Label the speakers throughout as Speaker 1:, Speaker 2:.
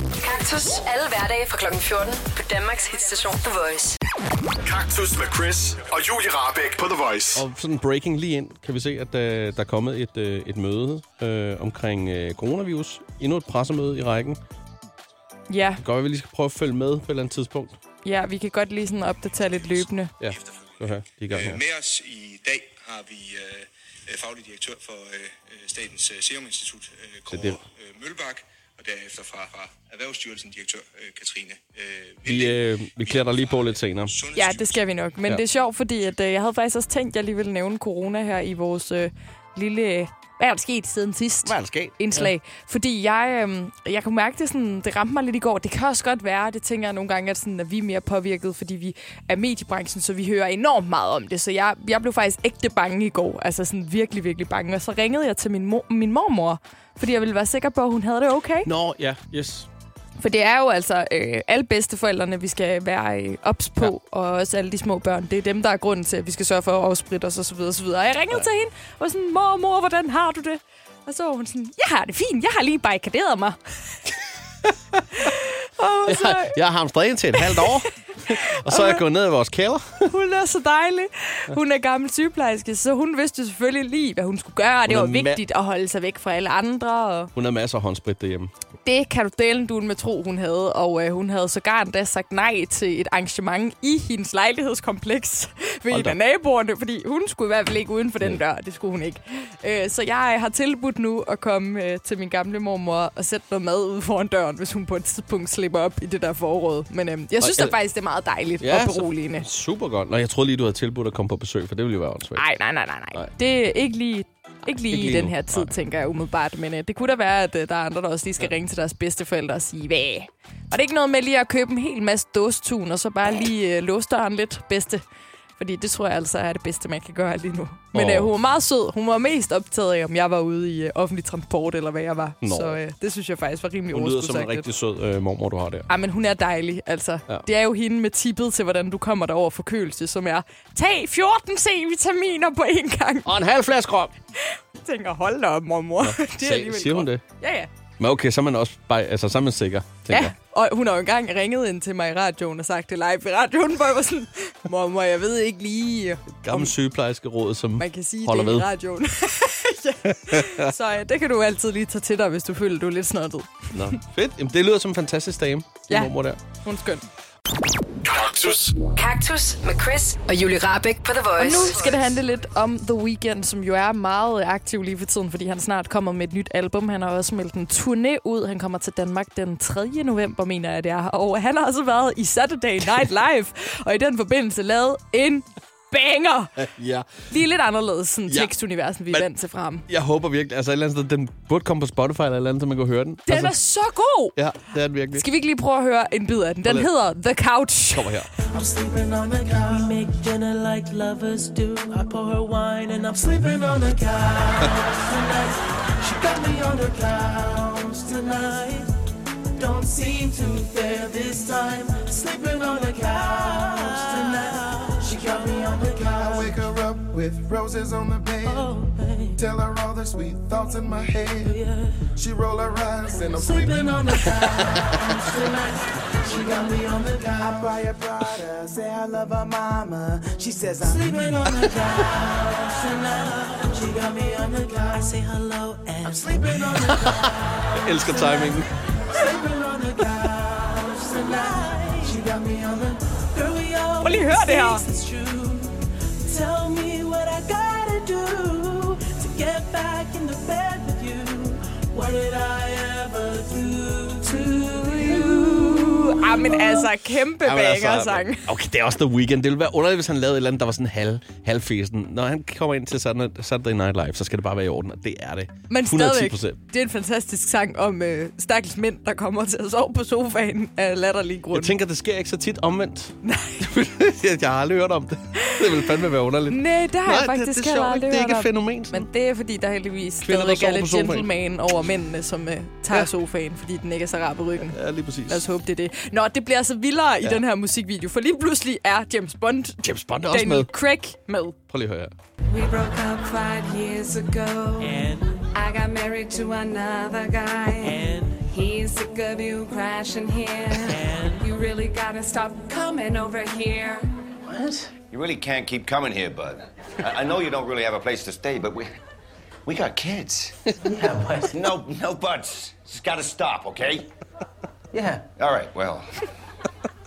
Speaker 1: Kaktus. Alle hverdage fra kl. 14 på Danmarks hitstation The Voice.
Speaker 2: Kaktus med Chris og Julie Rabeck på The Voice.
Speaker 3: Og sådan breaking lige ind, kan vi se, at øh, der er kommet et, øh, et møde øh, omkring øh, coronavirus. Endnu et pressemøde i rækken. Det
Speaker 4: Ja,
Speaker 3: kan godt være, at vi lige skal prøve at følge med på et eller andet tidspunkt.
Speaker 4: ja, vi kan godt lige sådan opdatere lidt løbende.
Speaker 3: Ja, du her, de er i gang her.
Speaker 5: Øh, Med os i dag har vi øh, øh, faglig direktør for øh, øh, Statens øh, Serum Institut, øh, Kåre
Speaker 3: det-
Speaker 5: øh, Mølbak, og derefter fra, fra Erhvervsstyrelsen direktør øh, Katrine øh,
Speaker 3: Vi, øh, vi klæder dig lige på lidt senere.
Speaker 4: Ja, det skal vi nok. Men
Speaker 3: Ja.
Speaker 4: ja. det er sjovt, fordi at, øh, jeg havde faktisk også tænkt, at jeg lige ville nævne corona her i vores øh, lille... øh, Hvad er der sket siden sidst?
Speaker 3: der sket?
Speaker 4: indslag. Ja. Fordi jeg, øh, jeg kunne mærke, det, sådan, det ramte mig lidt i går. Det kan også godt være, det tænker jeg nogle gange, at, sådan, at vi er mere påvirket, fordi vi er mediebranchen, så vi hører enormt meget om det. Så jeg, jeg blev faktisk ægte bange i går. Altså sådan virkelig, virkelig bange. Og så ringede jeg til min, mor- min mormor, fordi jeg ville være sikker på, at hun havde det okay.
Speaker 3: Nå, ja, yes.
Speaker 4: For det er jo altså øh, alle bedsteforældrene, vi skal være øh, ops på, ja. og også alle de små børn. Det er dem, der er grunden til, at vi skal sørge for at afspritte os osv. osv. Og jeg ringede ja. til hende og var sådan, mor, mor, hvordan har du det? Og så var hun sådan, jeg har det fint, jeg har lige barrikaderet mig. og så,
Speaker 3: Jeg har hamstret ind til et halvt år, og så er jeg gået ned i vores kælder.
Speaker 4: hun er så dejlig. Hun er gammel sygeplejerske, så hun vidste jo selvfølgelig lige, hvad hun skulle gøre. Og det
Speaker 3: Hun
Speaker 4: var
Speaker 3: er ma-
Speaker 4: vigtigt at holde sig væk fra alle andre. Og
Speaker 3: Hun har masser af håndsprit derhjemme.
Speaker 4: det kan du dele du med tro, hun havde. Og øh, hun havde sågar endda sagt nej til et arrangement i hendes lejlighedskompleks ved
Speaker 3: Hold
Speaker 4: en
Speaker 3: da.
Speaker 4: af naboerne, fordi hun skulle i hvert fald ikke uden for den dør. Det skulle hun ikke. Øh, så jeg har tilbudt nu at komme øh, til min gamle mormor og sætte noget mad ude foran døren, hvis hun på et tidspunkt slipper op i det der forråd. Men øh, jeg synes da
Speaker 3: el-
Speaker 4: faktisk, det er meget dejligt
Speaker 3: Ja,
Speaker 4: ja, og beroligende.
Speaker 3: Så, super godt. Nå, jeg troede lige, du havde tilbudt at komme på besøg, for det ville jo være åndssvagt.
Speaker 4: Nej, nej, nej, nej,
Speaker 3: Nej.
Speaker 4: nej. Det er ikke lige, ikke lige,
Speaker 3: Ikke
Speaker 4: ikke
Speaker 3: lige
Speaker 4: lige i den
Speaker 3: nu.
Speaker 4: her tid,
Speaker 3: Nej.
Speaker 4: tænker jeg umiddelbart. Men øh, det kunne da være, at øh, der er andre, der også lige skal ja. ringe til deres bedsteforældre og sige, hvad? Og det er ikke noget med lige at købe en hel masse dåstun, og så bare lige øh, låse døren lidt, bedste. Fordi det tror jeg altså er det bedste, man kan gøre lige nu. Men
Speaker 3: Åh.
Speaker 4: øh, hun var meget sød. Hun var mest optaget af, om jeg var ude i øh, offentlig transport, eller hvad jeg var.
Speaker 3: Nå.
Speaker 4: Så øh, det synes jeg faktisk var rimelig
Speaker 3: Hun lyder som en
Speaker 4: overskudsagtigt.
Speaker 3: rigtig sød øh, mormor, du har der.
Speaker 4: Ej, men hun er dejlig, altså.
Speaker 3: Ja.
Speaker 4: Ja. Det er jo hende med tippet til, hvordan du kommer dig over forkølelse, som er, tag 14 C-vitaminer på én gang.
Speaker 3: Og en halv flaske rom.
Speaker 4: tænker, hold da op, mormor. Ja, det
Speaker 3: Sag,
Speaker 4: alligevel
Speaker 3: siger hun
Speaker 4: godt.
Speaker 3: det?
Speaker 4: Ja, ja.
Speaker 3: Men okay, så er man også bare, altså, så er man sikker, tænker
Speaker 4: Ja, og hun har jo engang ringet ind til mig i radioen og sagt det live i radioen, hvor jeg var sådan, mormor, jeg ved ikke lige,
Speaker 3: Gammel sygeplejerske råd, som
Speaker 4: man kan sige
Speaker 3: holder
Speaker 4: det
Speaker 3: ved.
Speaker 4: i radioen. ja. Så ja, det kan du altid lige tage til dig, hvis du føler, du er lidt snottet.
Speaker 3: Nå. Fedt. Jamen, det lyder som en fantastisk dame, ja.
Speaker 4: Ja.
Speaker 3: mormor der.
Speaker 4: Hun er skøn.
Speaker 2: Kaktus.
Speaker 1: Kaktus med Chris og Julie Rabeck på The
Speaker 4: Og
Speaker 1: Voice.
Speaker 4: nu skal det handle lidt om The Weeknd, som jo er meget aktiv lige for tiden, fordi han snart kommer med et nyt album. Han har også meldt en turné ud. Han kommer til Danmark den 3. november, mener jeg det er. Og han har også været i Saturday Night Live, og i den forbindelse lavet en banger.
Speaker 3: Ja.
Speaker 4: Lige lidt anderledes sådan
Speaker 3: Ja.
Speaker 4: ja. tekstuniversen, vi er
Speaker 3: Men-
Speaker 4: vant til frem.
Speaker 3: Jeg håber virkelig, altså et eller andet sted, den burde komme på Spotify eller et eller andet, så man kan høre den.
Speaker 4: Den er
Speaker 3: altså,
Speaker 4: så god!
Speaker 3: Ja, det er den virkelig.
Speaker 4: Skal vi ikke lige prøve at høre en bid af den? Den
Speaker 3: Hold
Speaker 4: hedder The Couch.
Speaker 3: Kommer her.
Speaker 6: I'm sleeping on the couch. We make dinner like lovers do. I pour her wine and I'm sleeping on the couch tonight. She got me on the couch tonight. Don't seem too fair this time. Sleeping on the couch tonight. She got me on the couch.
Speaker 7: Wake her up with roses on the bed. Tell her all the sweet thoughts in my head. She roll her eyes and I'm sleeping on the couch tonight. She got me on the couch. I buy her Prada, say I love her mama. She says I'm sleeping on the couch tonight. She got me on the couch. I say hello and I'm sleeping on the couch.
Speaker 3: Jeg elsker timingen.
Speaker 7: sleeping on the couch tonight. She got me on the
Speaker 6: Girl, we all
Speaker 4: lige høre det her.
Speaker 6: say it's true. Tell me what I gotta do to get back in the bed with you. What did I ever do to you?
Speaker 4: Ah, men altså, kæmpe
Speaker 3: Jamen, altså,
Speaker 4: banger-sang.
Speaker 3: Okay, det er også The Weeknd. Det ville være underligt, hvis han lavede et eller andet, der var sådan halv, halvfesen. Når han kommer ind til Saturday Saturday Night Live, så skal det bare være i orden, og det er det.
Speaker 4: Men
Speaker 3: 110
Speaker 4: stadigvæk,
Speaker 3: procent.
Speaker 4: det er en fantastisk sang om øh, stakkels mænd, der kommer til at sove på sofaen af latterlige
Speaker 3: Jeg
Speaker 4: grunde.
Speaker 3: tænker, det sker ikke så tit omvendt. Nej. jeg har aldrig hørt om det. Det ville fandme være underligt.
Speaker 4: Nej, det har
Speaker 3: Nej,
Speaker 4: jeg faktisk
Speaker 3: det, det er
Speaker 4: heller
Speaker 3: sjovt, ikke?
Speaker 4: aldrig
Speaker 3: Det er
Speaker 4: hørt
Speaker 3: ikke et
Speaker 4: om.
Speaker 3: fænomen. Sådan.
Speaker 4: Men det er, fordi der heldigvis
Speaker 3: Kvinder, der
Speaker 4: stadigvæk er
Speaker 3: sover på
Speaker 4: lidt
Speaker 3: sofaen.
Speaker 4: gentleman over mændene, som øh, tager
Speaker 3: Ja.
Speaker 4: ja. sofaen, fordi den ikke er så rar på ryggen.
Speaker 3: Ja, lige præcis.
Speaker 4: Lad os håbe, det er det. Nå, det bliver altså vildere ja. i den her musikvideo, for lige pludselig er James Bond,
Speaker 3: James Bond er også
Speaker 4: Daniel
Speaker 3: med.
Speaker 4: Craig med.
Speaker 3: Prøv lige at høre her.
Speaker 8: We broke up five years ago. I got married to another guy.
Speaker 6: And
Speaker 8: He's sick of you crashing here. You really gotta stop coming over here.
Speaker 9: You really can't keep coming here, bud. I, I know you don't really have a place to stay, but we we got kids.
Speaker 10: Yeah, but
Speaker 9: No, no buts. It's got to stop, okay?
Speaker 10: yeah.
Speaker 9: All right. Well,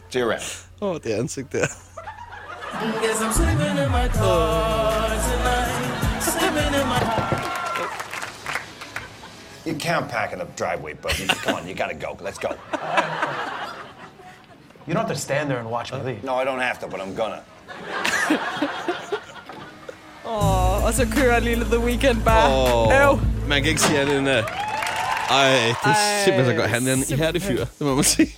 Speaker 9: see you around.
Speaker 3: Åh, oh, det ansigt der.
Speaker 6: Yes, I'm sleeping in my car tonight. Sleeping in my
Speaker 9: You can't pack in the driveway, bud. You- Come on, you gotta go. Let's go.
Speaker 10: You don't have to stand there and watch me leave.
Speaker 9: No, I don't have to, but I'm gonna.
Speaker 4: Og så kører lille The Weeknd bare. Øv.
Speaker 3: Man kan ikke sige andet end... Uh... Ej, det er
Speaker 4: Ej,
Speaker 3: simpelthen så godt. Han er en ihærdig fyr, det må man sige.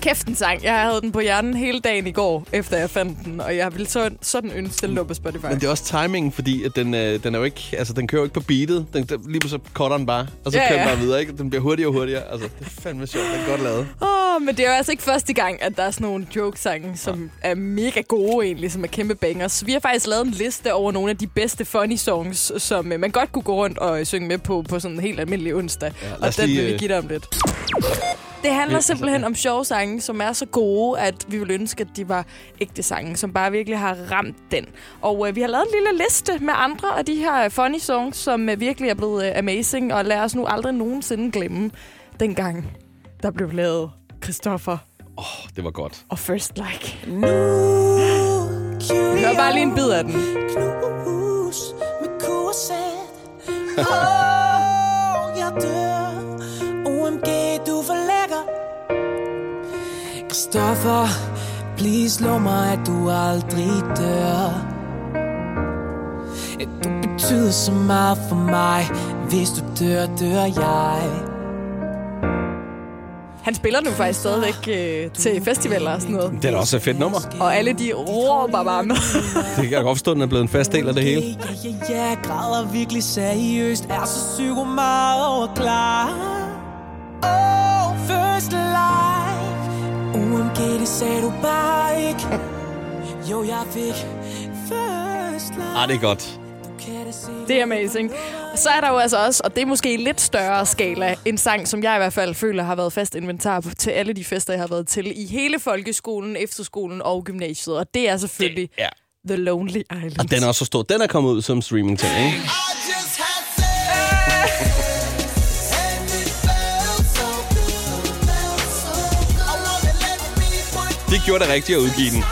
Speaker 4: Kæft en sang. Jeg havde den på hjernen hele dagen i går, efter jeg fandt den. Og jeg ville sådan, sådan ønske, den lå på Spotify.
Speaker 3: Men det er også timingen, fordi at den, øh, den, er jo ikke, altså, den kører jo ikke på beatet. Den, den, lige pludselig cutter den bare, og så
Speaker 4: Ja,
Speaker 3: kører den
Speaker 4: ja.
Speaker 3: bare videre. Ikke? Den bliver hurtigere og hurtigere. Altså, det er fandme sjovt. Den er godt lavet.
Speaker 4: Åh, men det er jo altså ikke første gang, at der er sådan nogle jokesange, som er mega gode egentlig, som er kæmpe bangers. Vi har faktisk lavet en liste over nogle af de bedste funny songs, som øh, man godt kunne gå rundt og øh, synge med på på sådan en helt almindelig onsdag.
Speaker 3: Ja, lad
Speaker 4: og
Speaker 3: os
Speaker 4: den
Speaker 3: lige,
Speaker 4: vil vi
Speaker 3: øh, altså,
Speaker 4: give dig om lidt. Det handler simpelthen om sjove sange, som er så gode, at vi vil ønske, at de var ægte sange, som bare virkelig har ramt den. Og øh, vi har lavet en lille liste med andre af de her øh, funny songs, som øh, virkelig er blevet øh, amazing, og lad os nu aldrig nogensinde glemme dengang, der blev lavet Christoffer
Speaker 3: Det var godt.
Speaker 4: og First Like. Hør bare lige en bid af den.
Speaker 6: hus med korset. Åh, jeg dør. OMG, du er for lækker. Christoffer, please lov mig, at du aldrig dør. At Du betyder så meget for mig. Hvis du dør, dør jeg.
Speaker 4: Han spiller nu faktisk stadigvæk øh, til festivaler og sådan noget.
Speaker 3: Det er da også et fedt nummer.
Speaker 4: Og alle de råber bare med.
Speaker 3: Det kan jeg godt forstå, den er blevet en fast del af det hele.
Speaker 6: Ja, ja, ja, græder virkelig seriøst Er så psyko meget overklar Oh, first life OMG, det sagde du bare ikke Jo, jeg fik first life
Speaker 3: Ah, det er godt.
Speaker 4: Det er amazing. Og så er der jo altså også, og det er måske i lidt større skala, en sang, som jeg i hvert fald føler har været fast inventar på, til alle de fester, jeg har været til i hele folkeskolen, efterskolen og gymnasiet. Og det er selvfølgelig
Speaker 3: Ja.
Speaker 4: The Lonely Island.
Speaker 3: Og den er også så stor. Den er kommet ud som streaming ting, ikke? De gjorde det rigtigt at udgive den.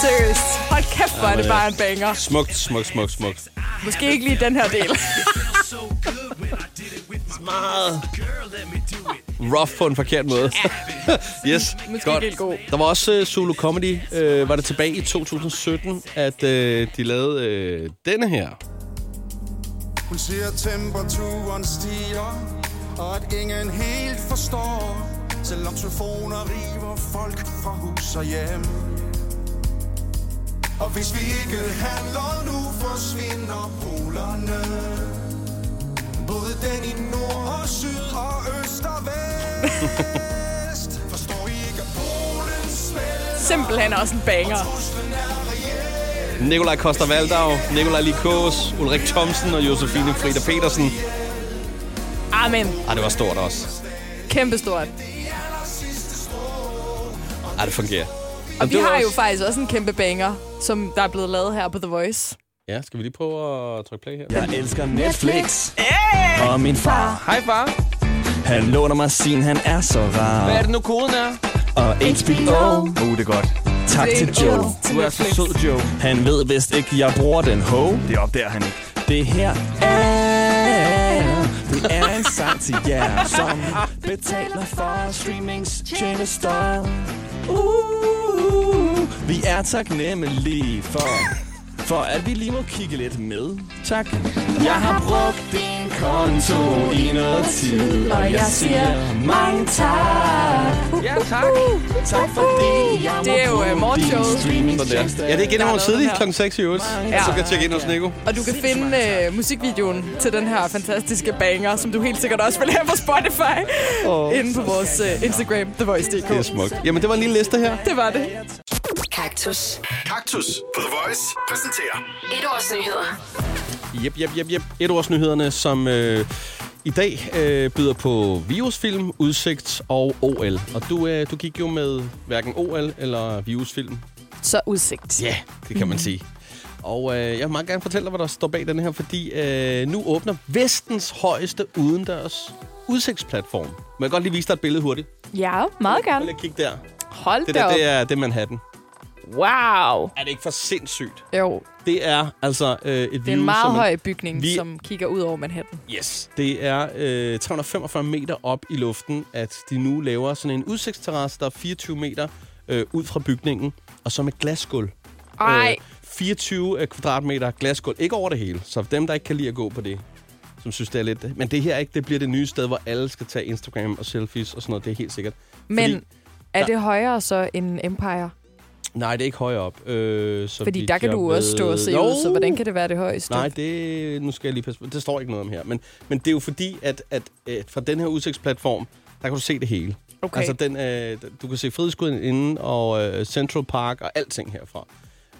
Speaker 4: Seriøst. Hold kæft, hvor er det bare en banger.
Speaker 3: Smukt, smukt, smukt, smukt.
Speaker 4: Måske ikke lige den her del.
Speaker 3: Meget rough på en forkert måde. yes,
Speaker 4: Måske
Speaker 3: godt.
Speaker 4: ikke helt god.
Speaker 3: Der var også uh, Zulu Comedy. Uh, var det tilbage i 2017, at uh, de lavede uh, denne her.
Speaker 7: Hun siger, at temperaturen stiger, og at ingen helt forstår, selvom telefoner river folk fra hus og hjem. Og hvis vi ikke handler nu, forsvinder polerne. Både den i nord og syd og øst og vest. Forstår I ikke, at Polen smelter?
Speaker 4: Simpelthen også en banger.
Speaker 7: Truslen er reel.
Speaker 3: Nikolaj Koster Valdau, Nikolaj Likås, Ulrik Thomsen og Josefine Frida Petersen.
Speaker 4: Amen.
Speaker 3: Ah, det var stort også.
Speaker 4: Kæmpestort.
Speaker 3: Ah, det fungerer.
Speaker 4: Og vi
Speaker 3: det var
Speaker 4: har jo
Speaker 3: også-
Speaker 4: faktisk også en kæmpe banger, som der er blevet lavet her på The Voice.
Speaker 3: Ja, skal vi lige prøve at trykke play her?
Speaker 11: Jeg elsker Netflix. Og min far,
Speaker 3: Hej far.
Speaker 11: han låner mig sin, han er så rar.
Speaker 3: Hvad er det nu koden er?
Speaker 11: Og HBO. Uh, det er godt. Tak
Speaker 4: Det er
Speaker 11: til Joe.
Speaker 4: godt til Du er så Netflix. sød,
Speaker 11: Joe. Han ved vist ikke, jeg bruger den ho. Det opdager han ikke. Det her er... Det er en sang til jer, som betaler for streamingstjenester. Uh, vi er taknemmelige for... for at vi lige må kigge lidt med. Tak. Jeg har brugt din konto i noget tid, og jeg siger mange tak.
Speaker 4: Ja, tak. Tak fordi jeg Det er jo øh, morgenshowet.
Speaker 3: Sådan der. Ja, det er igen i morgen tidlig kl. 6 i øvrigt.
Speaker 4: Ja.
Speaker 3: Så kan jeg tjekke ind hos Nico.
Speaker 4: Og du kan finde øh, musikvideoen til den her fantastiske banger, som du helt sikkert også vil have på Spotify, oh. inde på vores øh, Instagram, TheVoice.dk.
Speaker 3: Det er smukt. Jamen, det var en lille liste her.
Speaker 4: Det var det.
Speaker 1: Kaktus.
Speaker 2: Kaktus på The Voice præsenterer
Speaker 1: Et års nyheder.
Speaker 3: Jep, jep, jep, jep. Et års nyhederne, som øh, i dag øh, byder på virusfilm, udsigt og OL. Og du, øh, du gik jo med hverken OL eller virusfilm.
Speaker 4: Så udsigt. Mhm.
Speaker 3: Ja, yeah, det kan man sige. Og øh, jeg vil meget gerne fortælle dig, hvad der står bag den her, fordi øh, nu åbner vestens højeste udendørs udsigtsplatform. Må jeg godt lige vise dig et billede hurtigt?
Speaker 4: Ja, meget
Speaker 3: Prøv
Speaker 4: gerne.
Speaker 3: lige at kigge der.
Speaker 4: Hold
Speaker 3: Det
Speaker 4: da
Speaker 3: der,
Speaker 4: op.
Speaker 3: det er, det er Manhattan.
Speaker 4: Wow.
Speaker 3: Er det ikke for sindssygt?
Speaker 4: Jo,
Speaker 3: Det er altså øh, et
Speaker 4: det er en meget høj bygning,
Speaker 3: vi-
Speaker 4: som kigger ud over Manhattan.
Speaker 3: Yes. Det er øh, 345 meter op i luften, at de nu laver sådan en udsigtsterrasse, der er 24 meter øh, ud fra bygningen, og så med glasgulv.
Speaker 4: Ej.
Speaker 3: 24 kvadratmeter glasgulv. Ikke over det hele, så dem, der ikke kan lide at gå på det, som synes, det er lidt... Men det her ikke, det bliver det nye sted, hvor alle skal tage Instagram og selfies og sådan noget. Det er helt sikkert.
Speaker 4: Men
Speaker 3: Fordi,
Speaker 4: er
Speaker 3: der-
Speaker 4: det højere så end Empire?
Speaker 3: nej, det er ikke højere op. Øh, så
Speaker 4: Fordi
Speaker 3: vidt
Speaker 4: der kan
Speaker 3: jeg
Speaker 4: du også stå og se
Speaker 3: ved-
Speaker 4: ud, så
Speaker 3: Jo!
Speaker 4: hvordan kan det være det højeste?
Speaker 3: Nej, det, nu skal jeg lige passe på. Det står ikke noget om her. Men, men det er jo fordi, at, at, at fra den her udsigtsplatform, der kan du se det hele.
Speaker 4: Okay.
Speaker 3: Altså, den, øh, du kan se Frihedsguden inden, og øh, Central Park, og alting herfra.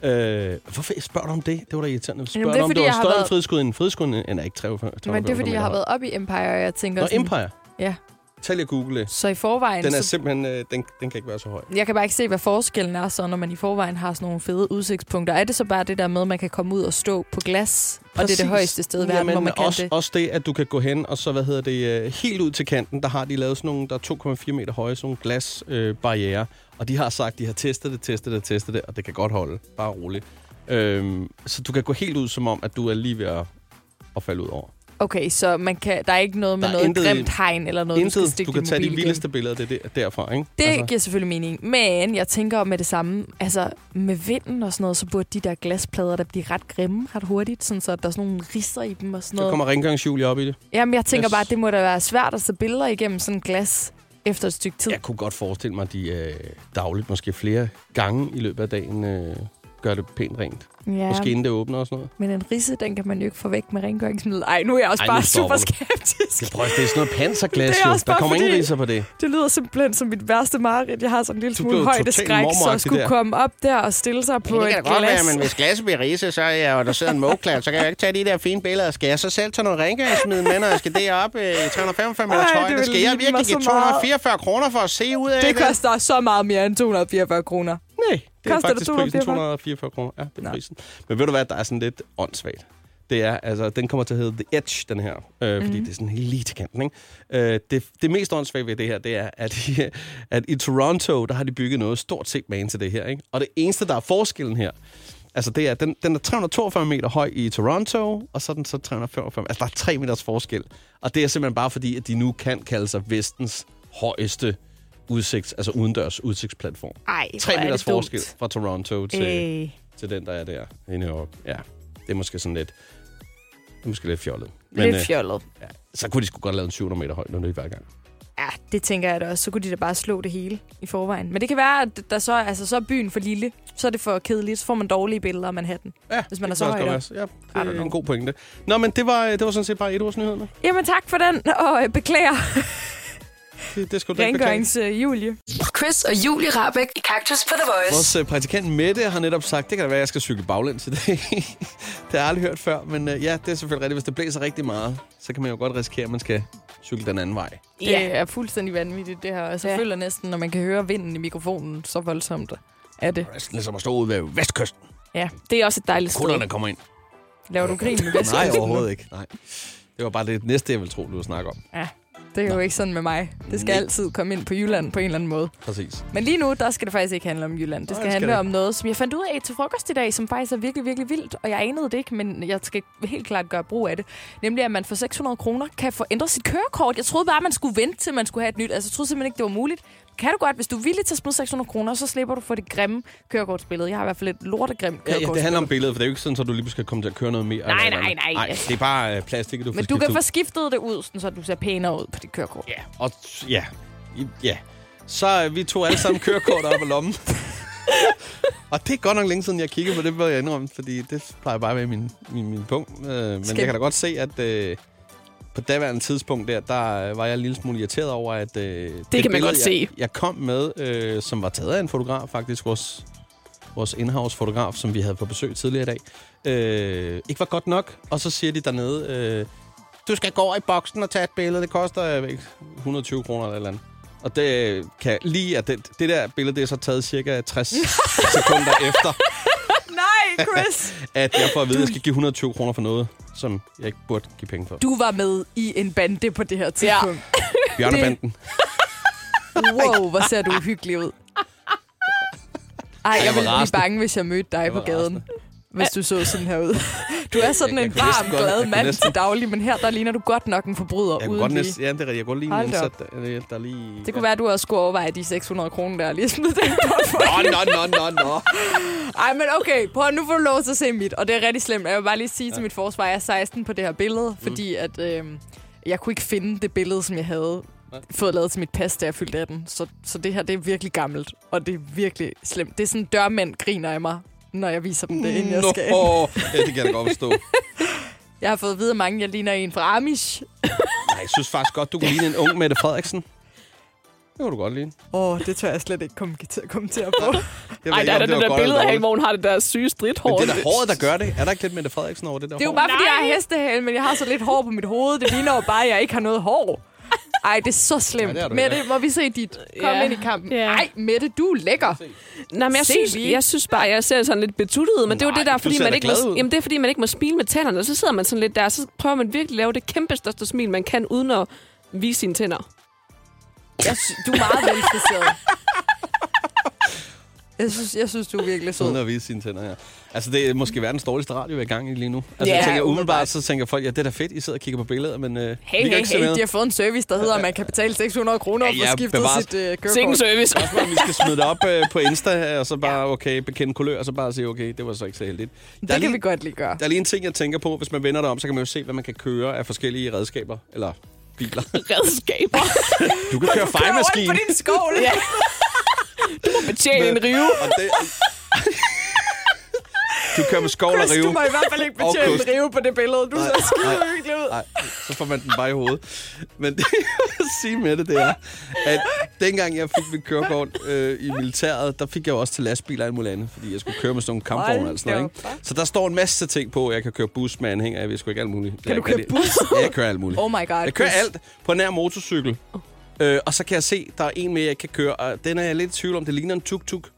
Speaker 3: Øh, hvorfor spørger du om det? Det var da irriterende. Spørger
Speaker 4: det er
Speaker 3: du om,
Speaker 4: fordi,
Speaker 3: det
Speaker 4: jeg
Speaker 3: var
Speaker 4: har
Speaker 3: større
Speaker 4: været-
Speaker 3: end Frihedsguden? Frihedsguden er ikke 300
Speaker 4: Men det er, fordi jeg har været op i Empire, og jeg tænker
Speaker 3: Nå,
Speaker 4: sådan...
Speaker 3: Empire.
Speaker 4: Ja,
Speaker 3: Tal jeg Google det.
Speaker 4: så i forvejen...
Speaker 3: Den er
Speaker 4: så
Speaker 3: simpelthen... Øh, den, den kan ikke være så høj.
Speaker 4: Jeg kan bare ikke se, hvad forskellen er, så når man i forvejen har sådan nogle fede udsigtspunkter. Er det så bare det der med, at man kan komme ud og stå på glas, Præcis. og det er det højeste sted i verden,
Speaker 3: Jamen,
Speaker 4: hvor man kan
Speaker 3: også,
Speaker 4: det?
Speaker 3: Også det, at du kan gå hen, og så, hvad hedder det, øh, helt ud til kanten, der har de lavet sådan nogle, der er 2,4 meter høje, sådan nogle glasbarriere. Øh, barrierer. og de har sagt, de har testet det, testet det, testet det, og det kan godt holde. Bare roligt. Øhm, så du kan gå helt ud, som om, at du er lige ved at, at falde ud over.
Speaker 4: Okay, så man kan, der er ikke noget med
Speaker 3: Der er
Speaker 4: noget
Speaker 3: intet-
Speaker 4: grimt hegn eller noget, du skal
Speaker 3: Intet,
Speaker 4: stikke
Speaker 3: du kan
Speaker 4: din
Speaker 3: tage de
Speaker 4: mobil
Speaker 3: vildeste billeder det er der, derfra, ikke?
Speaker 4: Det altså. giver selvfølgelig mening, men jeg tænker med det samme, altså med vinden og sådan noget, så burde de der glasplader, der bliver ret grimme ret hurtigt, sådan så at der er sådan nogle risser i dem og sådan
Speaker 3: Så
Speaker 4: noget.
Speaker 3: kommer rengøringsjulie op i det.
Speaker 4: Jamen jeg tænker
Speaker 3: Yes.
Speaker 4: yes. bare, at det må da være svært at se billeder igennem sådan et glas efter et stykke tid.
Speaker 3: Jeg kunne godt forestille mig, at de øh, dagligt, måske flere gange i løbet af dagen, øh, gør det pænt rent.
Speaker 4: Ja.
Speaker 3: Måske inden det åbner og sådan noget.
Speaker 4: Men en risse, den kan man jo ikke få væk med rengøringsmiddel. Ej, nu er jeg også
Speaker 3: Ej,
Speaker 4: Ej,
Speaker 3: nu
Speaker 4: bare
Speaker 3: stopper
Speaker 4: super
Speaker 3: du.
Speaker 4: skeptisk.
Speaker 3: Prøv, det er sådan noget panserglas,
Speaker 4: Det er
Speaker 3: jo.
Speaker 4: også
Speaker 3: Der
Speaker 4: bare
Speaker 3: kommer ingen
Speaker 4: fordi-
Speaker 3: riser på det.
Speaker 4: Det lyder simpelthen som mit værste mareridt. Jeg har sådan en lille
Speaker 3: Du
Speaker 4: smule
Speaker 3: blev totalt
Speaker 4: højdeskræk, så at
Speaker 3: mormoragtig
Speaker 4: skulle
Speaker 3: der.
Speaker 4: komme op der og stille sig på et glas.
Speaker 3: glasset bliver riset, så er jeg, og der sidder en moklat, så kan jeg ikke tage de der fine billeder. Skal jeg så selv tage noget rengøringsmiddel med, når jeg skal derop øh, i 345
Speaker 4: Ej, det ville ligne mig så meget.
Speaker 3: kroner for at se ud af
Speaker 4: det koster så meget mere end 244 kroner.
Speaker 3: Nej, det er
Speaker 4: Koster det
Speaker 3: faktisk prisen
Speaker 4: 244?
Speaker 3: 244 kroner. Ja, det er prisen. Men ved du hvad, der er sådan lidt åndssvagt. Det er, altså, den kommer til at hedde The Edge, den her. Øh, fordi
Speaker 4: Mhm.
Speaker 3: det er sådan helt lige til kanten, ikke? Øh, det, det mest åndssvagt ved det her, det er, at, i- at i Toronto, der har de bygget noget stort set man til det her, ikke? Og det eneste, der er forskellen her, altså det er, at den, den er 342 meter høj i Toronto, og så er den så 345. Altså, der er 3 meters forskel. Og det er simpelthen bare fordi, at de nu kan kalde sig vestens højeste udsigt, altså udendørs udsigtsplatform.
Speaker 4: Ej,
Speaker 3: Tre
Speaker 4: hvor er
Speaker 3: meters
Speaker 4: det dumt.
Speaker 3: forskel fra Toronto til,
Speaker 4: Øh.
Speaker 3: til den, der er der inde op. Ja, det er måske sådan lidt, det er måske lidt fjollet.
Speaker 4: Lidt
Speaker 3: øh,
Speaker 4: fjollet.
Speaker 3: ja, så kunne de sgu godt lave en 700 meter høj, når det hver gang.
Speaker 4: Ja, det tænker jeg da også. Så kunne de da bare slå det hele i forvejen. Men det kan være, at der så, altså, så er byen for lille. Så er det for kedeligt. Så får man dårlige billeder af Manhattan.
Speaker 3: Ja,
Speaker 4: Hvis man
Speaker 3: det
Speaker 4: er så
Speaker 3: kunne også
Speaker 4: højt
Speaker 3: godt
Speaker 4: op.
Speaker 3: være. Ja, det er en god pointe. Nå, men det var, øh, det var sådan set bare et års nyhederne.
Speaker 4: Jamen tak for den, og øh, beklager
Speaker 3: Det, det skulle du da ikke beklage.
Speaker 4: rengørings øh, Julie.
Speaker 1: Chris og Julie Rabeck i Kaktus på The Voice.
Speaker 3: Vores øh, praktikant Mette har netop sagt, det kan da være, at jeg skal cykle baglæns i dag. det har jeg aldrig hørt før, men øh, ja, det er selvfølgelig rigtigt. Hvis det blæser rigtig meget, så kan man jo godt risikere, at man skal cykle den anden vej.
Speaker 4: Det er fuldstændig vanvittigt, det her. Altså, jeg føler næsten, når man kan høre vinden i mikrofonen, så voldsomt er det.
Speaker 3: Næsten ligesom at stå ude ved vestkysten.
Speaker 4: Ja, det er også et dejligt sted.
Speaker 3: Kutterne kommer ind.
Speaker 4: Laver du grin med
Speaker 3: Nej,
Speaker 4: vestkysten?
Speaker 3: overhovedet ikke. Nej. Det var bare det næste, jeg ville tro, du ville snakke om.
Speaker 4: Ja, det er jo ikke sådan med mig. Det skal
Speaker 3: Nej.
Speaker 4: altid komme ind på Jylland på en eller anden måde.
Speaker 3: Præcis.
Speaker 4: Men lige nu, der skal det faktisk ikke handle om Jylland. Det
Speaker 3: Nej,
Speaker 4: skal
Speaker 3: det skal
Speaker 4: handle
Speaker 3: det
Speaker 4: om noget, som jeg fandt ud af til frokost i dag, som faktisk er virkelig, virkelig vildt. Og jeg anede det ikke, men jeg skal helt klart gøre brug af det. Nemlig, at man for 600 kroner kan få ændret sit kørekort. Jeg troede bare, man skulle vente til, man skulle have et nyt. Altså, jeg troede simpelthen ikke, det var muligt. kan du godt, hvis du er villig til at smide 600 kroner, så slipper du for det grimme kørekortsbillede. Jeg har i hvert fald et lortegrimt
Speaker 3: Ja, ja,
Speaker 4: kørekortsbillede.
Speaker 3: det handler om billedet, for det er jo ikke sådan, at du lige skal komme til at køre noget mere.
Speaker 4: Nej,
Speaker 3: eller
Speaker 4: nej,
Speaker 3: andet.
Speaker 4: nej.
Speaker 3: Nej, det er bare øh, plastik, du får
Speaker 4: Men du kan
Speaker 3: skiftet
Speaker 4: få
Speaker 3: ud.
Speaker 4: skiftet det ud, sådan så du ser pænere ud på dit kørekort.
Speaker 3: Ja. Og t- ja, I- ja. Så øh, vi tog alle sammen kørekort op af lommen. og det er godt nok længe siden, jeg kiggede på det, hvor jeg indrømme, fordi det plejer bare at være min, min, min punkt. Øh, men
Speaker 4: Skal-
Speaker 3: jeg kan da godt se, at øh, på daværende tidspunkt der, der øh, var jeg en lille smule irriteret over, at øh, det, det
Speaker 4: kan man godt
Speaker 3: jeg,
Speaker 4: se.
Speaker 3: jeg kom med, øh, som var taget af en fotograf faktisk, vores, vores in-house fotograf, som vi havde på besøg tidligere i dag, øh, ikke var godt nok. Og så siger de dernede, øh, du skal gå over i boksen og tage et billede, det koster jeg ved ikke, 120 kroner eller et eller andet. Og det øh, kan lige, at det, det der billede, det er så taget cirka 60 sekunder efter,
Speaker 4: Nej, Chris!
Speaker 3: at jeg får at vide, at jeg skal give 120 kroner for noget, som jeg ikke burde give penge for.
Speaker 4: Du var med i en bande på det her tidspunkt.
Speaker 3: Bjørnebanden.
Speaker 4: Wow, hvor ser du uhyggelig ud. Ej,
Speaker 3: jeg
Speaker 4: jeg
Speaker 3: var
Speaker 4: ville blive
Speaker 3: rasende.
Speaker 4: bange, hvis jeg mødte dig
Speaker 3: Jeg
Speaker 4: på
Speaker 3: var
Speaker 4: gaden. Hvis du så sådan her ud. Du er sådan
Speaker 3: Jeg- jeg
Speaker 4: en
Speaker 3: kunne næsten
Speaker 4: varm,
Speaker 3: godt- jeg
Speaker 4: glad
Speaker 3: kunne
Speaker 4: mand
Speaker 3: næsten-
Speaker 4: til daglig, men her der ligner du godt nok en forbryder
Speaker 3: Jeg kunne
Speaker 4: uden
Speaker 3: godt
Speaker 4: lige.
Speaker 3: næsten, ja, det er rigtigt. Jeg kunne lige en
Speaker 4: Hold da
Speaker 3: indsat,
Speaker 4: op.
Speaker 3: der, der lige...
Speaker 4: Det kunne være, at du også skulle overveje de 600 kroner, der er lige smidt det på.
Speaker 3: Nå, nå, nå, nå, nå.
Speaker 4: Ej, men okay, prøv at- nu får du lov til at se mit, og det er rigtig slemt. Jeg vil bare lige sige ja. til mit forsvar, at jeg er 16 på det her billede, fordi at, øh, jeg kunne ikke finde det billede, som jeg havde fået lavet til mit pas, da jeg fyldte 18. Så, så det her, det er virkelig gammelt, og det er virkelig slemt. Det er sådan, dørmænd griner af mig, når jeg viser dem det, inden jeg skal.
Speaker 3: Nå, ja, det kan jeg da godt forstå.
Speaker 4: Jeg har fået at vide af mange, jeg ligner en fra Amish.
Speaker 3: Nej, jeg synes faktisk godt, du kunne ligne en ung Mette Frederiksen. Det kunne du godt ligne.
Speaker 4: Åh, oh, det tør jeg slet ikke komme til at kommentere på.
Speaker 3: Jeg ved
Speaker 12: Ej,
Speaker 3: ikke,
Speaker 12: der er
Speaker 3: om
Speaker 12: da
Speaker 3: var
Speaker 12: det der
Speaker 3: godt
Speaker 12: billede
Speaker 3: eller
Speaker 12: af hende,
Speaker 3: dårligt.
Speaker 12: hvor hun har det der syge stridthår.
Speaker 3: Men det er da håret, der gør det. Er der ikke lidt Mette Frederiksen over det der
Speaker 4: Det er jo
Speaker 3: hår?
Speaker 4: bare, fordi jeg har hestehale, men jeg har så lidt hår på mit hoved. Det ligner jo bare, at jeg ikke har noget hår. Ej, det er så slemt.
Speaker 12: Ja, det
Speaker 4: Ja,
Speaker 12: er
Speaker 4: det
Speaker 12: du
Speaker 4: Mette,
Speaker 12: heller.
Speaker 4: må vi se dit? Kom
Speaker 12: Ja.
Speaker 4: ind i kampen.
Speaker 12: Ja.
Speaker 4: Yeah. Ej, Mette, du er lækker.
Speaker 12: Nej, men jeg
Speaker 4: Se
Speaker 12: synes,
Speaker 4: lige.
Speaker 12: jeg synes bare, jeg ser sådan lidt betuttet ud, men det er jo
Speaker 4: Nej,
Speaker 12: det der,
Speaker 4: du
Speaker 12: fordi
Speaker 4: ser
Speaker 12: man
Speaker 4: da
Speaker 12: ikke
Speaker 4: glad
Speaker 12: må,
Speaker 4: ud.
Speaker 12: jamen, det er, fordi man ikke må smile med tænderne, og så sidder man sådan lidt der, og så prøver man virkelig at lave det kæmpe største smil, man kan, uden at vise sine tænder.
Speaker 4: Jeg sy- du er meget velfriseret. Jeg synes, jeg synes, du er virkelig sød.
Speaker 3: Uden at vise sine tænder, ja. Altså, det er måske verdens dårligste radio, vi er i gang i lige nu. Altså,
Speaker 4: Ja,
Speaker 3: jeg tænker,
Speaker 4: umiddelbart.
Speaker 3: umiddelbart, så tænker folk, ja, det er da fedt, I sidder og kigger på billeder, men øh, vi
Speaker 4: Hey,
Speaker 3: kan
Speaker 4: hey,
Speaker 3: ikke se
Speaker 4: hey,
Speaker 3: noget.
Speaker 4: de har fået en service, der hedder, at man kan betale 600 kroner
Speaker 3: Ja,
Speaker 4: for at
Speaker 3: ja,
Speaker 4: skifte
Speaker 3: bevares.
Speaker 4: sit øh, kørekort.
Speaker 12: Sikke en service.
Speaker 3: Spørgsmålet, om vi skal smide det op øh, på Insta, og så bare, okay, bekende kulør, og så bare sige, okay, det var så ikke så heldigt.
Speaker 4: Det kan vi godt lige gøre.
Speaker 3: Der er lige en ting, jeg tænker på. Hvis man vender det om, så kan man jo se, hvad man kan køre af forskellige redskaber, eller biler.
Speaker 12: Redskaber.
Speaker 3: Du kan køre fejlmaskine.
Speaker 4: på din skål. ja.
Speaker 12: Du må betjene en rive.
Speaker 3: Og det, du kører med skovl og
Speaker 4: Chris,
Speaker 3: rive.
Speaker 4: du må i hvert fald ikke
Speaker 3: Og
Speaker 4: betjene
Speaker 3: kost.
Speaker 4: en rive på det billede. Du
Speaker 3: Nej,
Speaker 4: ser skide
Speaker 3: nej,
Speaker 4: hyggelig ud.
Speaker 3: Nej, så får man den bare i hovedet. Men det, jeg vil sige med det, det er, at dengang jeg fik mit kørekort øh, i militæret, der fik jeg jo også til lastbiler og alt muligt andet, fordi jeg skulle køre med sådan nogle kampvogne
Speaker 4: Hold
Speaker 3: og sådan noget.
Speaker 4: da
Speaker 3: Ikke? Så der står en masse ting på, jeg kan køre bus med anhænger, jeg ved sgu ikke alt muligt. Kan
Speaker 4: du køre bus?
Speaker 3: Ja, jeg kører alt muligt.
Speaker 4: Oh my god,
Speaker 3: Jeg kører
Speaker 4: Chris.
Speaker 3: alt på nær motorcykel. Øh, og så kan jeg se, der er en mere, jeg kan køre, og den er jeg lidt i tvivl om, det ligner en tuk-tuk.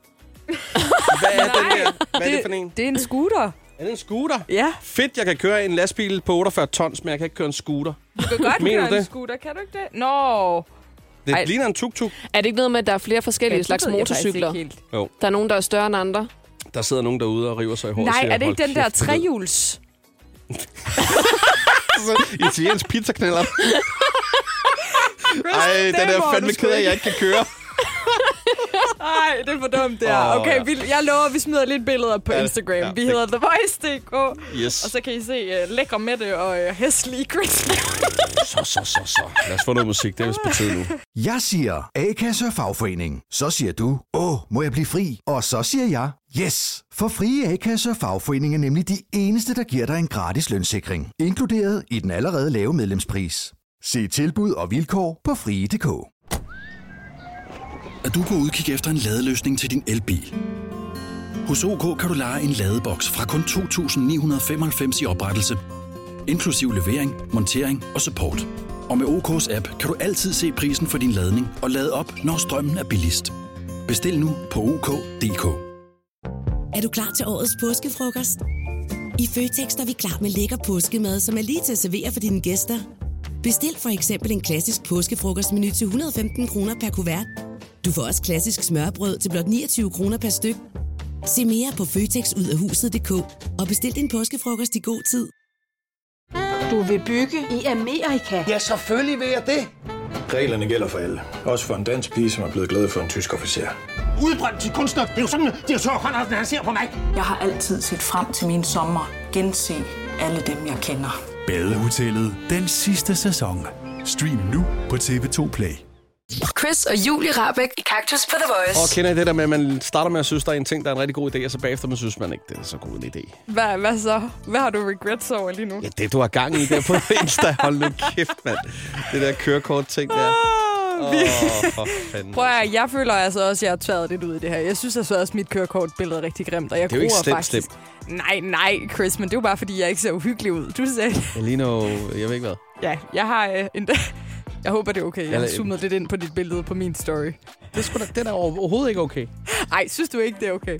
Speaker 3: Hvad er den der? Hvad er det for en?
Speaker 4: Det er en scooter.
Speaker 3: Er det en scooter?
Speaker 4: Ja.
Speaker 3: Fedt, jeg kan køre en lastbil på 48 tons, men jeg kan ikke køre en scooter.
Speaker 4: Du kan godt
Speaker 3: Mener du
Speaker 4: køre en
Speaker 3: det?
Speaker 4: scooter, kan du ikke det? Nå.
Speaker 3: Det
Speaker 12: Ej.
Speaker 3: ligner en tuk-tuk.
Speaker 12: Er det ikke noget med, at der er flere
Speaker 4: Ja,
Speaker 12: forskellige
Speaker 4: det
Speaker 12: slags
Speaker 4: ved jeg faktisk
Speaker 12: motorcykler?
Speaker 4: ikke helt.
Speaker 3: Jo,
Speaker 12: Der er nogen, der er større end andre.
Speaker 3: der sidder nogen derude og river sig i håret. og
Speaker 4: Nej,
Speaker 3: siger,
Speaker 4: er det ikke
Speaker 3: "Hold
Speaker 4: den der
Speaker 3: kæft, det lyder-
Speaker 4: trehjuls?
Speaker 3: Italiensk pizzaknaller. Ej, den er
Speaker 4: må
Speaker 3: fandme
Speaker 4: du sgu
Speaker 3: ked af, at jeg
Speaker 4: ikke.
Speaker 3: ikke kan køre.
Speaker 4: Nej, det er for dumt, det her.
Speaker 3: Åh,
Speaker 4: Okay,
Speaker 3: ja.
Speaker 4: vi, jeg lover, vi smider lidt billeder på
Speaker 3: Ja,
Speaker 4: Instagram.
Speaker 3: ja,
Speaker 4: vi
Speaker 3: det-
Speaker 4: hedder TheVoice.dk.
Speaker 3: Yes.
Speaker 4: Og så kan I se uh, lækre Mette og uh, hæslige Chris.
Speaker 3: Så, så, så, så. Lad os få noget musik. Det er vist på tide nu.
Speaker 13: Jeg siger A-kasse og fagforening. Så siger du, åh, må jeg blive fri? Og så siger jeg, yes! For frie A-kasse og fagforening er nemlig de eneste, der giver dig en gratis lønssikring. Inkluderet i den allerede lave medlemspris. Se tilbud og vilkår på frie.dk.
Speaker 14: er du på udkig efter en ladeløsning til din elbil. Hos OK kan du lege en ladeboks fra kun 2.995 i oprettelse, inklusiv levering, montering og support. Og med OK's app kan du altid se prisen for din ladning og lade op, når strømmen er billigst. Bestil nu på OK.dk.
Speaker 15: Er du klar til årets påskefrokost? I Føtex er vi klar med lækker påskemad, som er lige til at servere for dine gæster. Bestil for eksempel en klassisk påskefrokostmenu til 115 kroner per kuvert. Du får også klassisk smørbrød til blot 29 kroner per styk. Se mere på føtexudafhuset.dk og bestil din påskefrokost i god tid.
Speaker 16: Du vil bygge i Amerika? Ja, selvfølgelig vil jeg det. Reglerne gælder for alle. Også for en dansk pige, som er blevet glad for en tysk officer.
Speaker 17: Udbrændt til kunstner. Det er jo sådan, at de har han ser på mig. Jeg har altid set frem til min sommer. Gense alle dem, jeg kender.
Speaker 18: Badehotellet den sidste sæson. Stream nu på TV2 Play.
Speaker 1: Chris og Julie Rabeck i Kaktus på The Voice.
Speaker 3: Og oh, kender I det der med, at man starter med at synes, der er en ting, der er en rigtig god idé, og så bagefter man synes man ikke, det er så god en idé.
Speaker 4: Hvad, hvad så? Hvad har du regrets over lige nu?
Speaker 3: Ja, det du har gang i der på Insta. Hold nu kæft, mand. Det der kørekort-ting der. Åh, oh, for fanden.
Speaker 4: Ah, Prøv at, høre, jeg føler altså også, at jeg har tværet lidt ud i det her. Jeg synes altså også, at mit kørekortbillede er rigtig grimt, og jeg
Speaker 3: Det er jo ikke
Speaker 4: gruer
Speaker 3: slemt,
Speaker 4: faktisk.
Speaker 3: slemt.
Speaker 4: Nej, nej, Chris, men det er jo bare, fordi jeg ikke ser uhyggelig ud. Du sagde,
Speaker 3: Elino, jeg ved ikke hvad.
Speaker 4: ja, jeg har øh, en... Jeg håber, det er okay. Jeg har
Speaker 3: Eller-
Speaker 4: zoomet lidt ind på dit billede på min story.
Speaker 3: Det er, sgu da, det er da overhovedet ikke okay.
Speaker 4: Nej, synes du ikke, det er okay?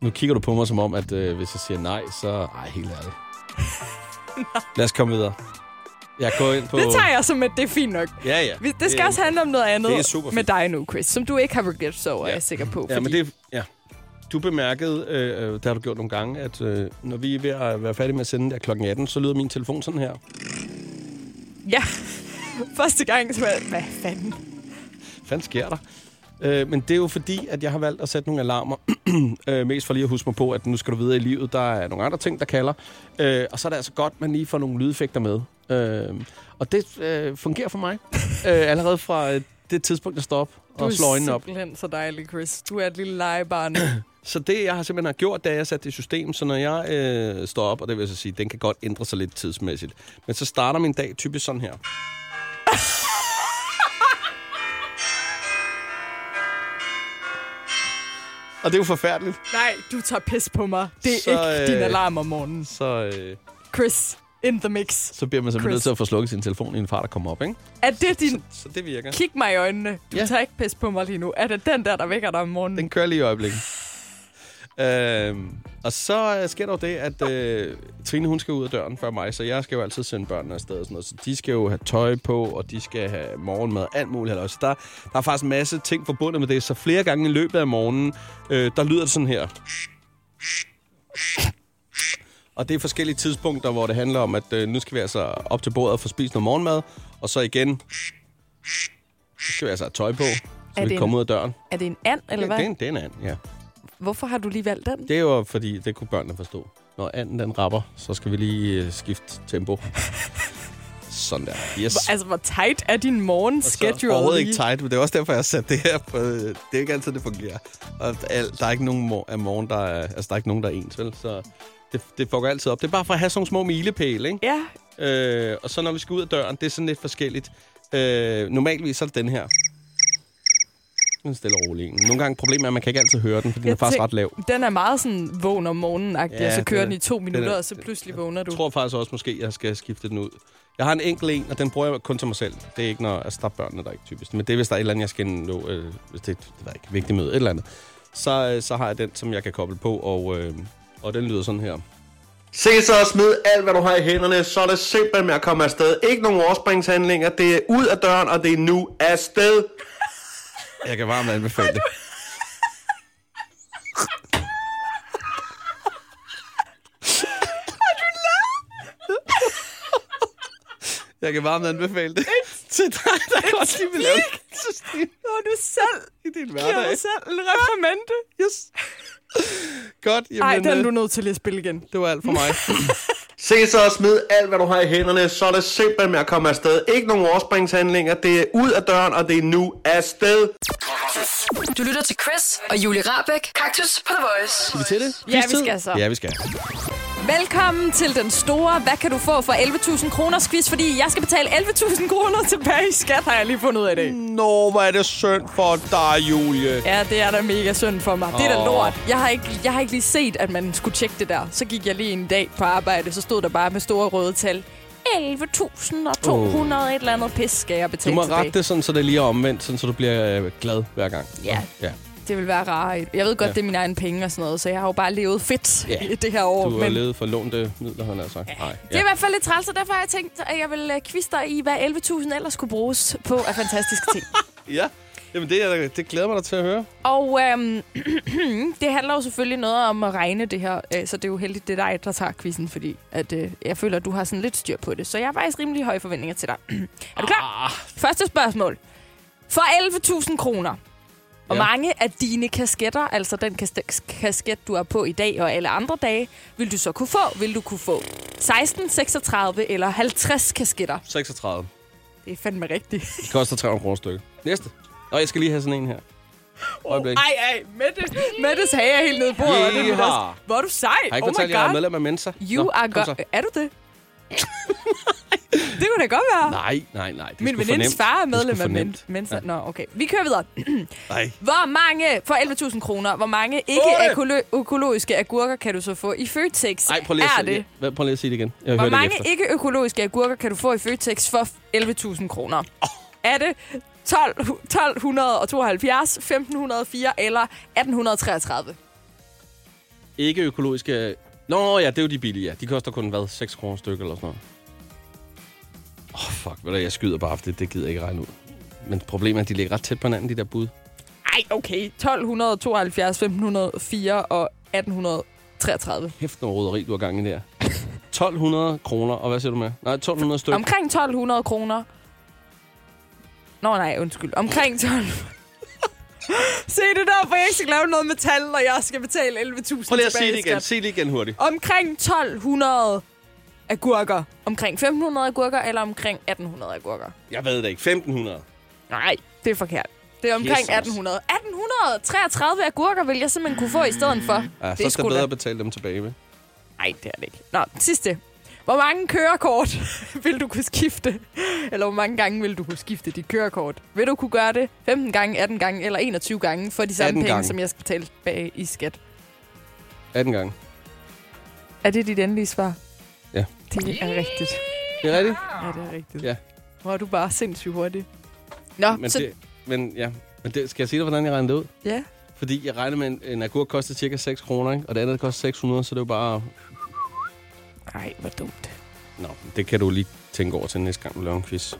Speaker 3: Nu kigger du på mig som om, at øh, hvis jeg siger nej, så... Ej, helt ærligt. Lad os komme videre. Jeg går ind på...
Speaker 4: På... Det tager jeg som, at det er fint nok.
Speaker 3: Ja, ja. Øh,
Speaker 4: Vi- Det skal også handle om noget andet
Speaker 3: Det er super
Speaker 4: med
Speaker 3: fint.
Speaker 4: dig nu, Chris, som du ikke har regrets over, ja. er jeg sikker på.
Speaker 3: Ja, men det, ja. Du bemærkede, øh, øh, det har du gjort nogle gange, at øh, når vi er ved at være færdige med at sende der kl. 18, så lyder min telefon sådan her.
Speaker 4: Ja, første gang, så var jeg, hvad fanden?
Speaker 3: Hvad sker der? Øh, men det er jo fordi, at jeg har valgt at sætte nogle alarmer. øh, mest for lige at huske mig på, at nu skal du videre i livet. Der er nogle andre ting, der kalder. Øh, og så er det altså godt, at man lige får nogle lydeffekter med. Øh, og det øh, fungerer for mig. øh, allerede fra øh, det tidspunkt, jeg står op
Speaker 4: Du
Speaker 3: og slår
Speaker 4: er
Speaker 3: øjnene op.
Speaker 4: simpelthen så dejlig, Chris. Du er et lille legebarn.
Speaker 3: Så det, jeg har simpelthen har gjort, det er, at jeg satte det i system, så når jeg øh, står op, og det vil jeg så sige, den kan godt ændre sig lidt tidsmæssigt, men så starter min dag typisk sådan her. og det er jo forfærdeligt.
Speaker 4: Nej, du tager pis på mig. Det er
Speaker 3: Så,
Speaker 4: så, ikke din
Speaker 3: øh,
Speaker 4: alarm om morgenen.
Speaker 3: Så, øh,
Speaker 4: Chris, in the mix.
Speaker 3: så bliver man simpelthen
Speaker 4: Chris.
Speaker 3: nødt til at få slukket sin telefon i en fart, der kommer op, ikke?
Speaker 4: Er det din...
Speaker 3: Så det virker.
Speaker 4: Kig mig i øjnene. Du
Speaker 3: Ja.
Speaker 4: tager ikke pis på mig lige nu. Er det den der, der vækker dig om morgenen?
Speaker 3: Den kører lige i øjeblikket. Øhm, og så øh, sker der jo det, at øh, Trine hun skal ud af døren før mig, så jeg skal jo altid sende børnene afsted og sådan noget. Så de skal jo have tøj på, og de skal have morgenmad alt muligt. halløj. Så der, der er faktisk en masse ting forbundet med det, så flere gange i løbet af morgenen, øh, der lyder det sådan her. Og det er forskellige tidspunkter, hvor det handler om, at øh, nu skal vi altså op til bordet og få spist noget morgenmad, og så igen, nu skal vi altså have tøj på, så
Speaker 4: det
Speaker 3: vi kan
Speaker 4: en-
Speaker 3: komme ud af døren.
Speaker 4: Er det en and, eller hvad?
Speaker 3: Det, er en- det er en and, ja.
Speaker 4: Hvorfor har du lige valgt den?
Speaker 3: Det er jo fordi, det kunne børnene forstå. Når anden den rapper, så skal vi lige øh, skifte tempo. Sådan der. Yes.
Speaker 4: Hvor- Altså, hvor tight er din morgenschedule?
Speaker 3: Overhovedet
Speaker 4: lige?
Speaker 3: ikke tight, men det er også derfor, jeg har sat det her på. øh, Det er ikke altid, det fungerer. Og al- der er ikke nogen mor- af morgen, der er, altså, der er ikke nogen, der er ens, vel? Så det, det fucker altid op. Det er bare for at have sådan nogle små milepæle, ikke?
Speaker 4: Ja.
Speaker 3: Øh, og så når vi skal ud af døren, det er sådan lidt forskelligt. Øh, normalvis så er det den her. Den er stille og rolig. en. Nogle gange problemet er, at man kan ikke altid høre den, for den er
Speaker 4: Jeg
Speaker 3: faktisk
Speaker 4: tænk-
Speaker 3: ret lav.
Speaker 4: Den er meget sådan vågen om morgenen ja,
Speaker 3: Ja,
Speaker 4: og så kører
Speaker 3: det-
Speaker 4: den i to
Speaker 3: det-
Speaker 4: minutter,
Speaker 3: det-
Speaker 4: og så pludselig vågner du.
Speaker 3: Jeg tror faktisk også måske, jeg skal skifte den ud. Jeg har en enkelt en, og den bruger jeg kun til mig selv. Det er ikke, når altså, der er børnene, der er ikke typisk. Men det er, hvis der er et eller andet, jeg skal nå, øh, hvis det, det ved jeg ikke, vigtigt møde, et eller andet. Så, øh, så har jeg den, som jeg kan koble på, og, øh, og den lyder sådan her. Se så og smid alt, hvad du har i hænderne, så er det simpelthen med at komme afsted. Ikke nogen overspringshandlinger, det er ud af døren, og det er nu afsted. Jeg kan varmt anbefale det. Jeg kan varmt anbefale det til dig, der godt lige vil lave det.
Speaker 4: Når du selv
Speaker 3: i din
Speaker 4: giver
Speaker 3: hverdag.
Speaker 4: dig selv en reprimande. Yes.
Speaker 3: Godt.
Speaker 4: Ej, den er
Speaker 3: øh,
Speaker 4: du nødt til lige at spille igen.
Speaker 3: Det var alt for mig. Se så og smid alt, hvad du har i hænderne, så er det simpelthen med at komme afsted. Ikke nogen overspringshandlinger, det er ud af døren, og det er nu afsted.
Speaker 1: Du lytter til Chris og Julie Rabeck. Kaktus på The Voice.
Speaker 3: Skal vi til det?
Speaker 4: Ja, vi
Speaker 3: Quiztid?
Speaker 4: skal så.
Speaker 3: Ja, vi skal.
Speaker 4: Velkommen til den store Hvad kan du få for 11.000 kroner quiz, fordi jeg skal betale 11.000 kroner tilbage i skat, har jeg lige fundet ud af i dag.
Speaker 3: Nå, hvor er det synd for dig, Julie.
Speaker 4: Ja, det er da mega synd for mig. Det er da
Speaker 3: Åh.
Speaker 4: lort. Jeg har, ikke, jeg har ikke lige set, at man skulle tjekke det der. Så gik jeg lige en dag på arbejde, så stod der bare med store røde tal. 11.200 et eller andet pis skal jeg
Speaker 3: Du
Speaker 4: betale
Speaker 3: må
Speaker 4: tilbage.
Speaker 3: rette det sådan, så det lige er omvendt, sådan, så du bliver øh, glad hver gang.
Speaker 4: Ja.
Speaker 3: ja.
Speaker 4: Det vil være rart. Jeg ved godt,
Speaker 3: Ja.
Speaker 4: ja. det er mine egne penge og sådan noget, så jeg har jo bare levet fedt
Speaker 3: Ja.
Speaker 4: yeah. i det her år.
Speaker 3: Du har levet for lånte midler, han har sagt. Nej.
Speaker 4: Det er i hvert fald lidt træls, og derfor har jeg tænkt, at jeg vil øh, quizte dig i, hvad 11.000 ellers kunne bruges på af fantastiske ting.
Speaker 3: Ja. Jamen, det, er- det glæder mig da til at høre.
Speaker 4: Og øhm, det handler jo selvfølgelig noget om at regne det her, øh, så det er jo heldigt, det er dig, der tager quizzen, fordi at, øh, jeg føler, at du har sådan lidt styr på det. Så jeg har faktisk rimelig høje forventninger til dig. er du klar? Første spørgsmål. For 11.000 kroner. Hvor
Speaker 12: Ja.
Speaker 4: mange af dine kasketter, altså den kas- kasket, du er på i dag og alle andre dage, vil du så kunne få? Vil du kunne få 16, 36 eller 50 kasketter?
Speaker 3: 36.
Speaker 4: Det er fandme rigtigt.
Speaker 3: Det koster 300 kroner stykke. Næste. Og jeg skal lige have sådan en her. Øjeblik.
Speaker 4: Ej, ej, Mette, Mette sagde jeg helt nede på bordet. og det er mit
Speaker 3: Yeehaw.
Speaker 4: også- Hvor er du sej.
Speaker 3: Har jeg ikke
Speaker 4: oh
Speaker 3: fortalt,
Speaker 4: my
Speaker 3: at jeg er
Speaker 4: God.
Speaker 3: medlem af Mensa?
Speaker 4: You
Speaker 3: Nå,
Speaker 4: are
Speaker 3: kom
Speaker 4: go- Øh,
Speaker 3: så.
Speaker 4: Er du det? det kunne da godt være.
Speaker 3: Nej, nej, nej. Det er
Speaker 4: Min
Speaker 3: sgu
Speaker 4: venindes
Speaker 3: fornemt.
Speaker 4: far er
Speaker 3: Det sgu
Speaker 4: medlem af
Speaker 3: fornemt.
Speaker 4: Men- Mensa.
Speaker 3: Ja.
Speaker 4: Nå, okay. Vi kører videre.
Speaker 3: Nej.
Speaker 4: Hvor mange, for 11.000 kroner, hvor mange ikke-økologiske agurker kan du så få i Føtex?
Speaker 3: Ej, prøv lige,
Speaker 4: er
Speaker 3: at,
Speaker 4: det?
Speaker 3: det? prøv lige at sige det igen. Jeg
Speaker 4: Hvor
Speaker 3: hører det
Speaker 4: mange
Speaker 3: ikke efter.
Speaker 4: ikke-økologiske agurker kan du få i Føtex for 11.000 kroner? Er det 12, 1272, 1504 eller 1833?
Speaker 3: Ikke økologiske... Nå ja, det er jo de billige, ja. De koster kun, hvad, 6 kroner stykke eller sådan noget. Åh, oh, fuck, ved du, jeg skyder bare, for det, det gider jeg ikke regne ud. Men problemet er, at de ligger ret tæt på hinanden, de der bud.
Speaker 4: Ej, okay. 1272, 1504 og 1833.
Speaker 3: Hæft noget roderi, du har gang i der. 1200 kroner, og hvad siger du med? Nej, 1200 stykker.
Speaker 4: Omkring 1200 kroner. Nå nej, undskyld. Omkring 12... Se det der, for jeg skal lave noget med tal, og jeg skal betale 11.000
Speaker 3: Prøv lige at
Speaker 4: tilbage
Speaker 3: sige det
Speaker 4: i
Speaker 3: igen.
Speaker 4: skat.
Speaker 3: Sig det igen hurtigt.
Speaker 4: Omkring 1200 agurker. Omkring 1500 agurker, eller omkring 1800 agurker.
Speaker 3: Jeg ved det ikke. 1500.
Speaker 4: Nej, det er forkert. Det er omkring
Speaker 3: Jesus.
Speaker 4: 1800. 1833 agurker vil jeg simpelthen kunne få i stedet for.
Speaker 3: Ja,
Speaker 4: det
Speaker 3: så skal
Speaker 4: sgu
Speaker 3: det
Speaker 4: da-
Speaker 3: bedre at betale dem tilbage, vel?
Speaker 4: Nej, det er det ikke. Nå, sidste. Hvor mange kørekort vil du kunne skifte? Eller hvor mange gange vil du kunne skifte dit kørekort? Vil du kunne gøre det 15 gange, 18 gange eller 21 gange for de samme
Speaker 3: 18
Speaker 4: penge,
Speaker 3: gange.
Speaker 4: som jeg skal betale bag i skat?
Speaker 3: 18 gange.
Speaker 4: Er det dit endelige svar?
Speaker 3: Ja.
Speaker 4: Det
Speaker 3: Det
Speaker 4: er rigtigt.
Speaker 3: er rigtigt?
Speaker 4: Ja, det er rigtigt.
Speaker 3: Ja.
Speaker 4: Hvor er du bare sindssygt hurtig. Nå,
Speaker 3: Men,
Speaker 4: så...
Speaker 3: det, men, ja. men det, skal jeg sige dig, hvordan jeg regnede det ud?
Speaker 4: Ja.
Speaker 3: Fordi jeg regnede med, at en, en agurk koster cirka 6 kroner, ikke? og det andet koster 600, så det er jo bare...
Speaker 4: Nej, hvor dumt.
Speaker 3: Nå, det kan du lige tænke over til næste gang, du laver en quiz.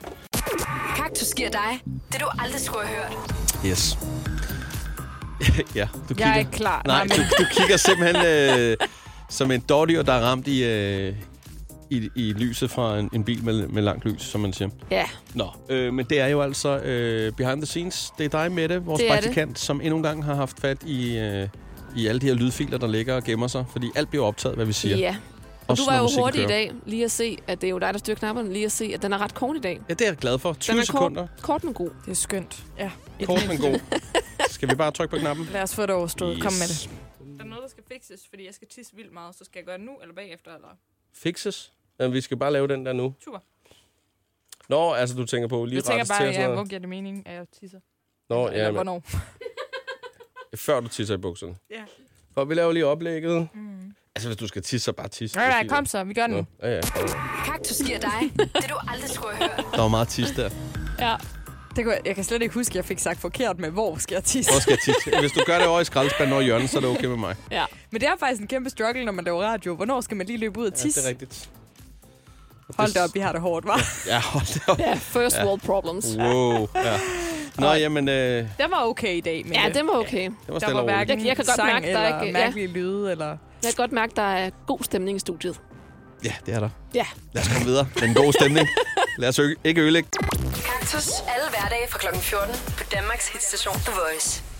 Speaker 1: Kaktus giver dig det, du aldrig skulle have hørt.
Speaker 3: Yes. ja, du kigger...
Speaker 1: Jeg er ikke klar.
Speaker 3: Nej,
Speaker 1: Nej,
Speaker 3: du,
Speaker 1: men-
Speaker 3: du kigger simpelthen øh, som en dårdyr, der er ramt i, øh, i, i lyset fra en, en bil med, med langt lys, som man siger.
Speaker 12: Ja.
Speaker 3: Nå, øh, men det er jo altså øh, behind the scenes. Det er dig, Mette, vores
Speaker 12: Det er det.
Speaker 3: praktikant, som endnu en gang har haft fat i, øh, i alle de her lydfiler, der ligger og gemmer sig. Fordi alt bliver optaget, hvad vi siger.
Speaker 12: Ja. Og
Speaker 3: Også
Speaker 12: du var
Speaker 3: når
Speaker 12: jo
Speaker 3: musikken
Speaker 12: hurtig i
Speaker 3: kører.
Speaker 12: dag lige at se, at det er jo dig, der styrer knapperne, lige at se, at den er ret kort i dag.
Speaker 3: Ja, det er jeg glad for. 20
Speaker 12: Den er
Speaker 3: sekunder.
Speaker 12: Kort, kort men god.
Speaker 4: Det er skønt. Ja.
Speaker 3: Kort, men god. Skal vi bare trykke på knappen?
Speaker 4: Lad os få det overstået. Yes. Kom med det.
Speaker 19: Der er noget, der skal fixes, fordi jeg skal tisse vildt meget, så skal jeg gøre det nu eller bagefter? Eller?
Speaker 3: Fixes. Ja, vi skal bare lave den der nu.
Speaker 19: Super.
Speaker 3: Nå, altså du tænker på lige
Speaker 19: jeg tænker
Speaker 3: rettes til
Speaker 19: bare,
Speaker 3: og sådan
Speaker 19: ja,
Speaker 3: noget.
Speaker 19: hvor giver det mening, at jeg tisser?
Speaker 3: Nå,
Speaker 19: eller,
Speaker 3: ja, men-
Speaker 19: hvornår?
Speaker 3: Før du tisser i bukserne.
Speaker 19: Ja.
Speaker 3: Og vi laver lige oplægget. Mm. Altså, hvis du skal tisse, så bare tisse.
Speaker 1: Nej, nej,
Speaker 3: Det er fint.
Speaker 1: kom så. Vi gør den.
Speaker 3: Nå, Ja, ja.
Speaker 1: Kaktus giver dig det, du aldrig skulle have hørt.
Speaker 3: Der var meget tis der.
Speaker 4: Ja. Det kunne jeg, jeg kan slet ikke huske, at jeg fik sagt forkert med, hvor skal jeg tisse?
Speaker 3: Hvor skal jeg tisse? Hvis du gør det over i skraldespanden over hjørnet, så er det okay med mig.
Speaker 4: Ja. Men det er faktisk en kæmpe struggle, når man laver radio. Hvornår skal man lige løbe ud og tisse?
Speaker 3: Ja, det er rigtigt.
Speaker 4: Hold da op, vi har det hårdt, var.
Speaker 3: Ja, hold da op.
Speaker 4: Ja, first world problems.
Speaker 3: Wow, ja. Nå, jamen, øh,
Speaker 4: Den var okay i dag, men øh,
Speaker 12: Ja, den var okay. Det
Speaker 3: var stille og roligt.
Speaker 12: Jeg, jeg kan godt
Speaker 4: sang
Speaker 12: mærke, der er
Speaker 4: eller
Speaker 12: ikke...
Speaker 4: mærkelige lyde, eller...
Speaker 12: Jeg kan godt mærke, der er god stemning i studiet.
Speaker 3: ja, det er der.
Speaker 12: Ja.
Speaker 3: Lad os komme videre. Den god stemning. Lad os ø- ikke ødelægge.
Speaker 1: Kaktus alle hverdage fra kl. 14 på Danmarks hitstation The Voice.